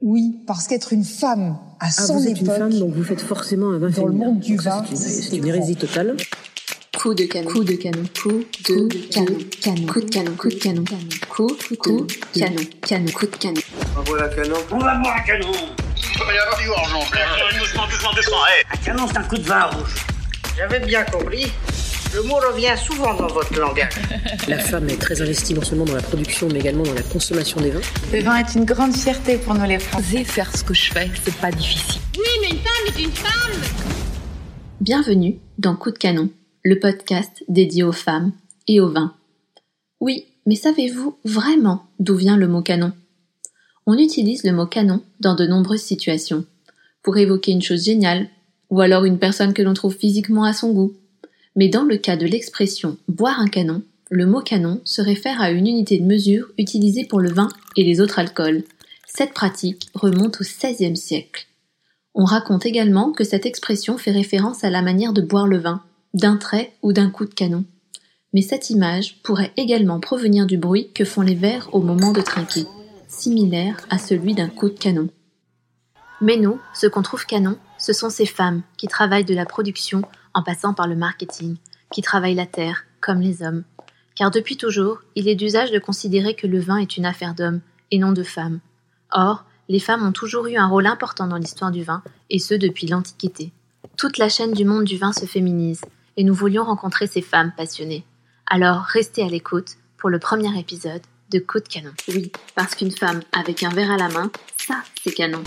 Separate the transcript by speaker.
Speaker 1: Oui, parce qu'être une femme à
Speaker 2: Ah,
Speaker 1: son
Speaker 2: vous êtes une
Speaker 1: époque,
Speaker 2: femme, donc vous faites forcément un vin
Speaker 1: Dans le
Speaker 2: féminin.
Speaker 1: monde du
Speaker 2: Donc ça,
Speaker 1: vin,
Speaker 2: c'est une-
Speaker 1: c'est
Speaker 2: C'est une hérésie totale.
Speaker 3: Coup de canon. Coup de canon. Coup de canon. Canon. Coup de canon. Coup de canon. Coup de canon. Canon. Coup de canon.
Speaker 4: On voit la canon.
Speaker 5: On va boire un canon
Speaker 6: Il va y avoir du argent,
Speaker 5: Doucement, doucement, doucement, hé Un canon, c'est un coup de vin rouge.
Speaker 7: J'avais bien compris. Le mot revient souvent dans votre langage.
Speaker 2: La femme est très investie non seulement dans la production, mais également dans la consommation des vins.
Speaker 8: Le vin est une grande fierté pour nous les Français.
Speaker 3: Bienvenue dans Coup de canon, le podcast dédié aux femmes et au vin. Oui, mais savez-vous vraiment d'où vient le mot canon On utilise le mot canon dans de nombreuses situations, pour évoquer une chose géniale, ou alors une personne que l'on trouve physiquement à son goût. Mais dans le cas de l'expression boire un canon, le mot canon se réfère à une unité de mesure utilisée pour le vin et les autres alcools. Cette pratique remonte au XVIe siècle. On raconte également que cette expression fait référence à la manière de boire le vin, d'un trait ou d'un coup de canon. Mais cette image pourrait également provenir du bruit que font les vers au moment de trinquer, similaire à celui d'un coup de canon. Mais nous, ce qu'on trouve canon, ce sont ces femmes qui travaillent de la production en passant par le marketing, qui travaillent la terre, comme les hommes. Car depuis toujours, il est d'usage de considérer que le vin est une affaire d'hommes et non de femmes. Or, les femmes ont toujours eu un rôle important dans l'histoire du vin, et ce depuis l'Antiquité. Toute la chaîne du monde du vin se féminise, et nous voulions rencontrer ces femmes passionnées. Alors restez à l'écoute pour le premier épisode de Coup de canon. Oui, parce qu'une femme avec un verre à la main, ça c'est canon.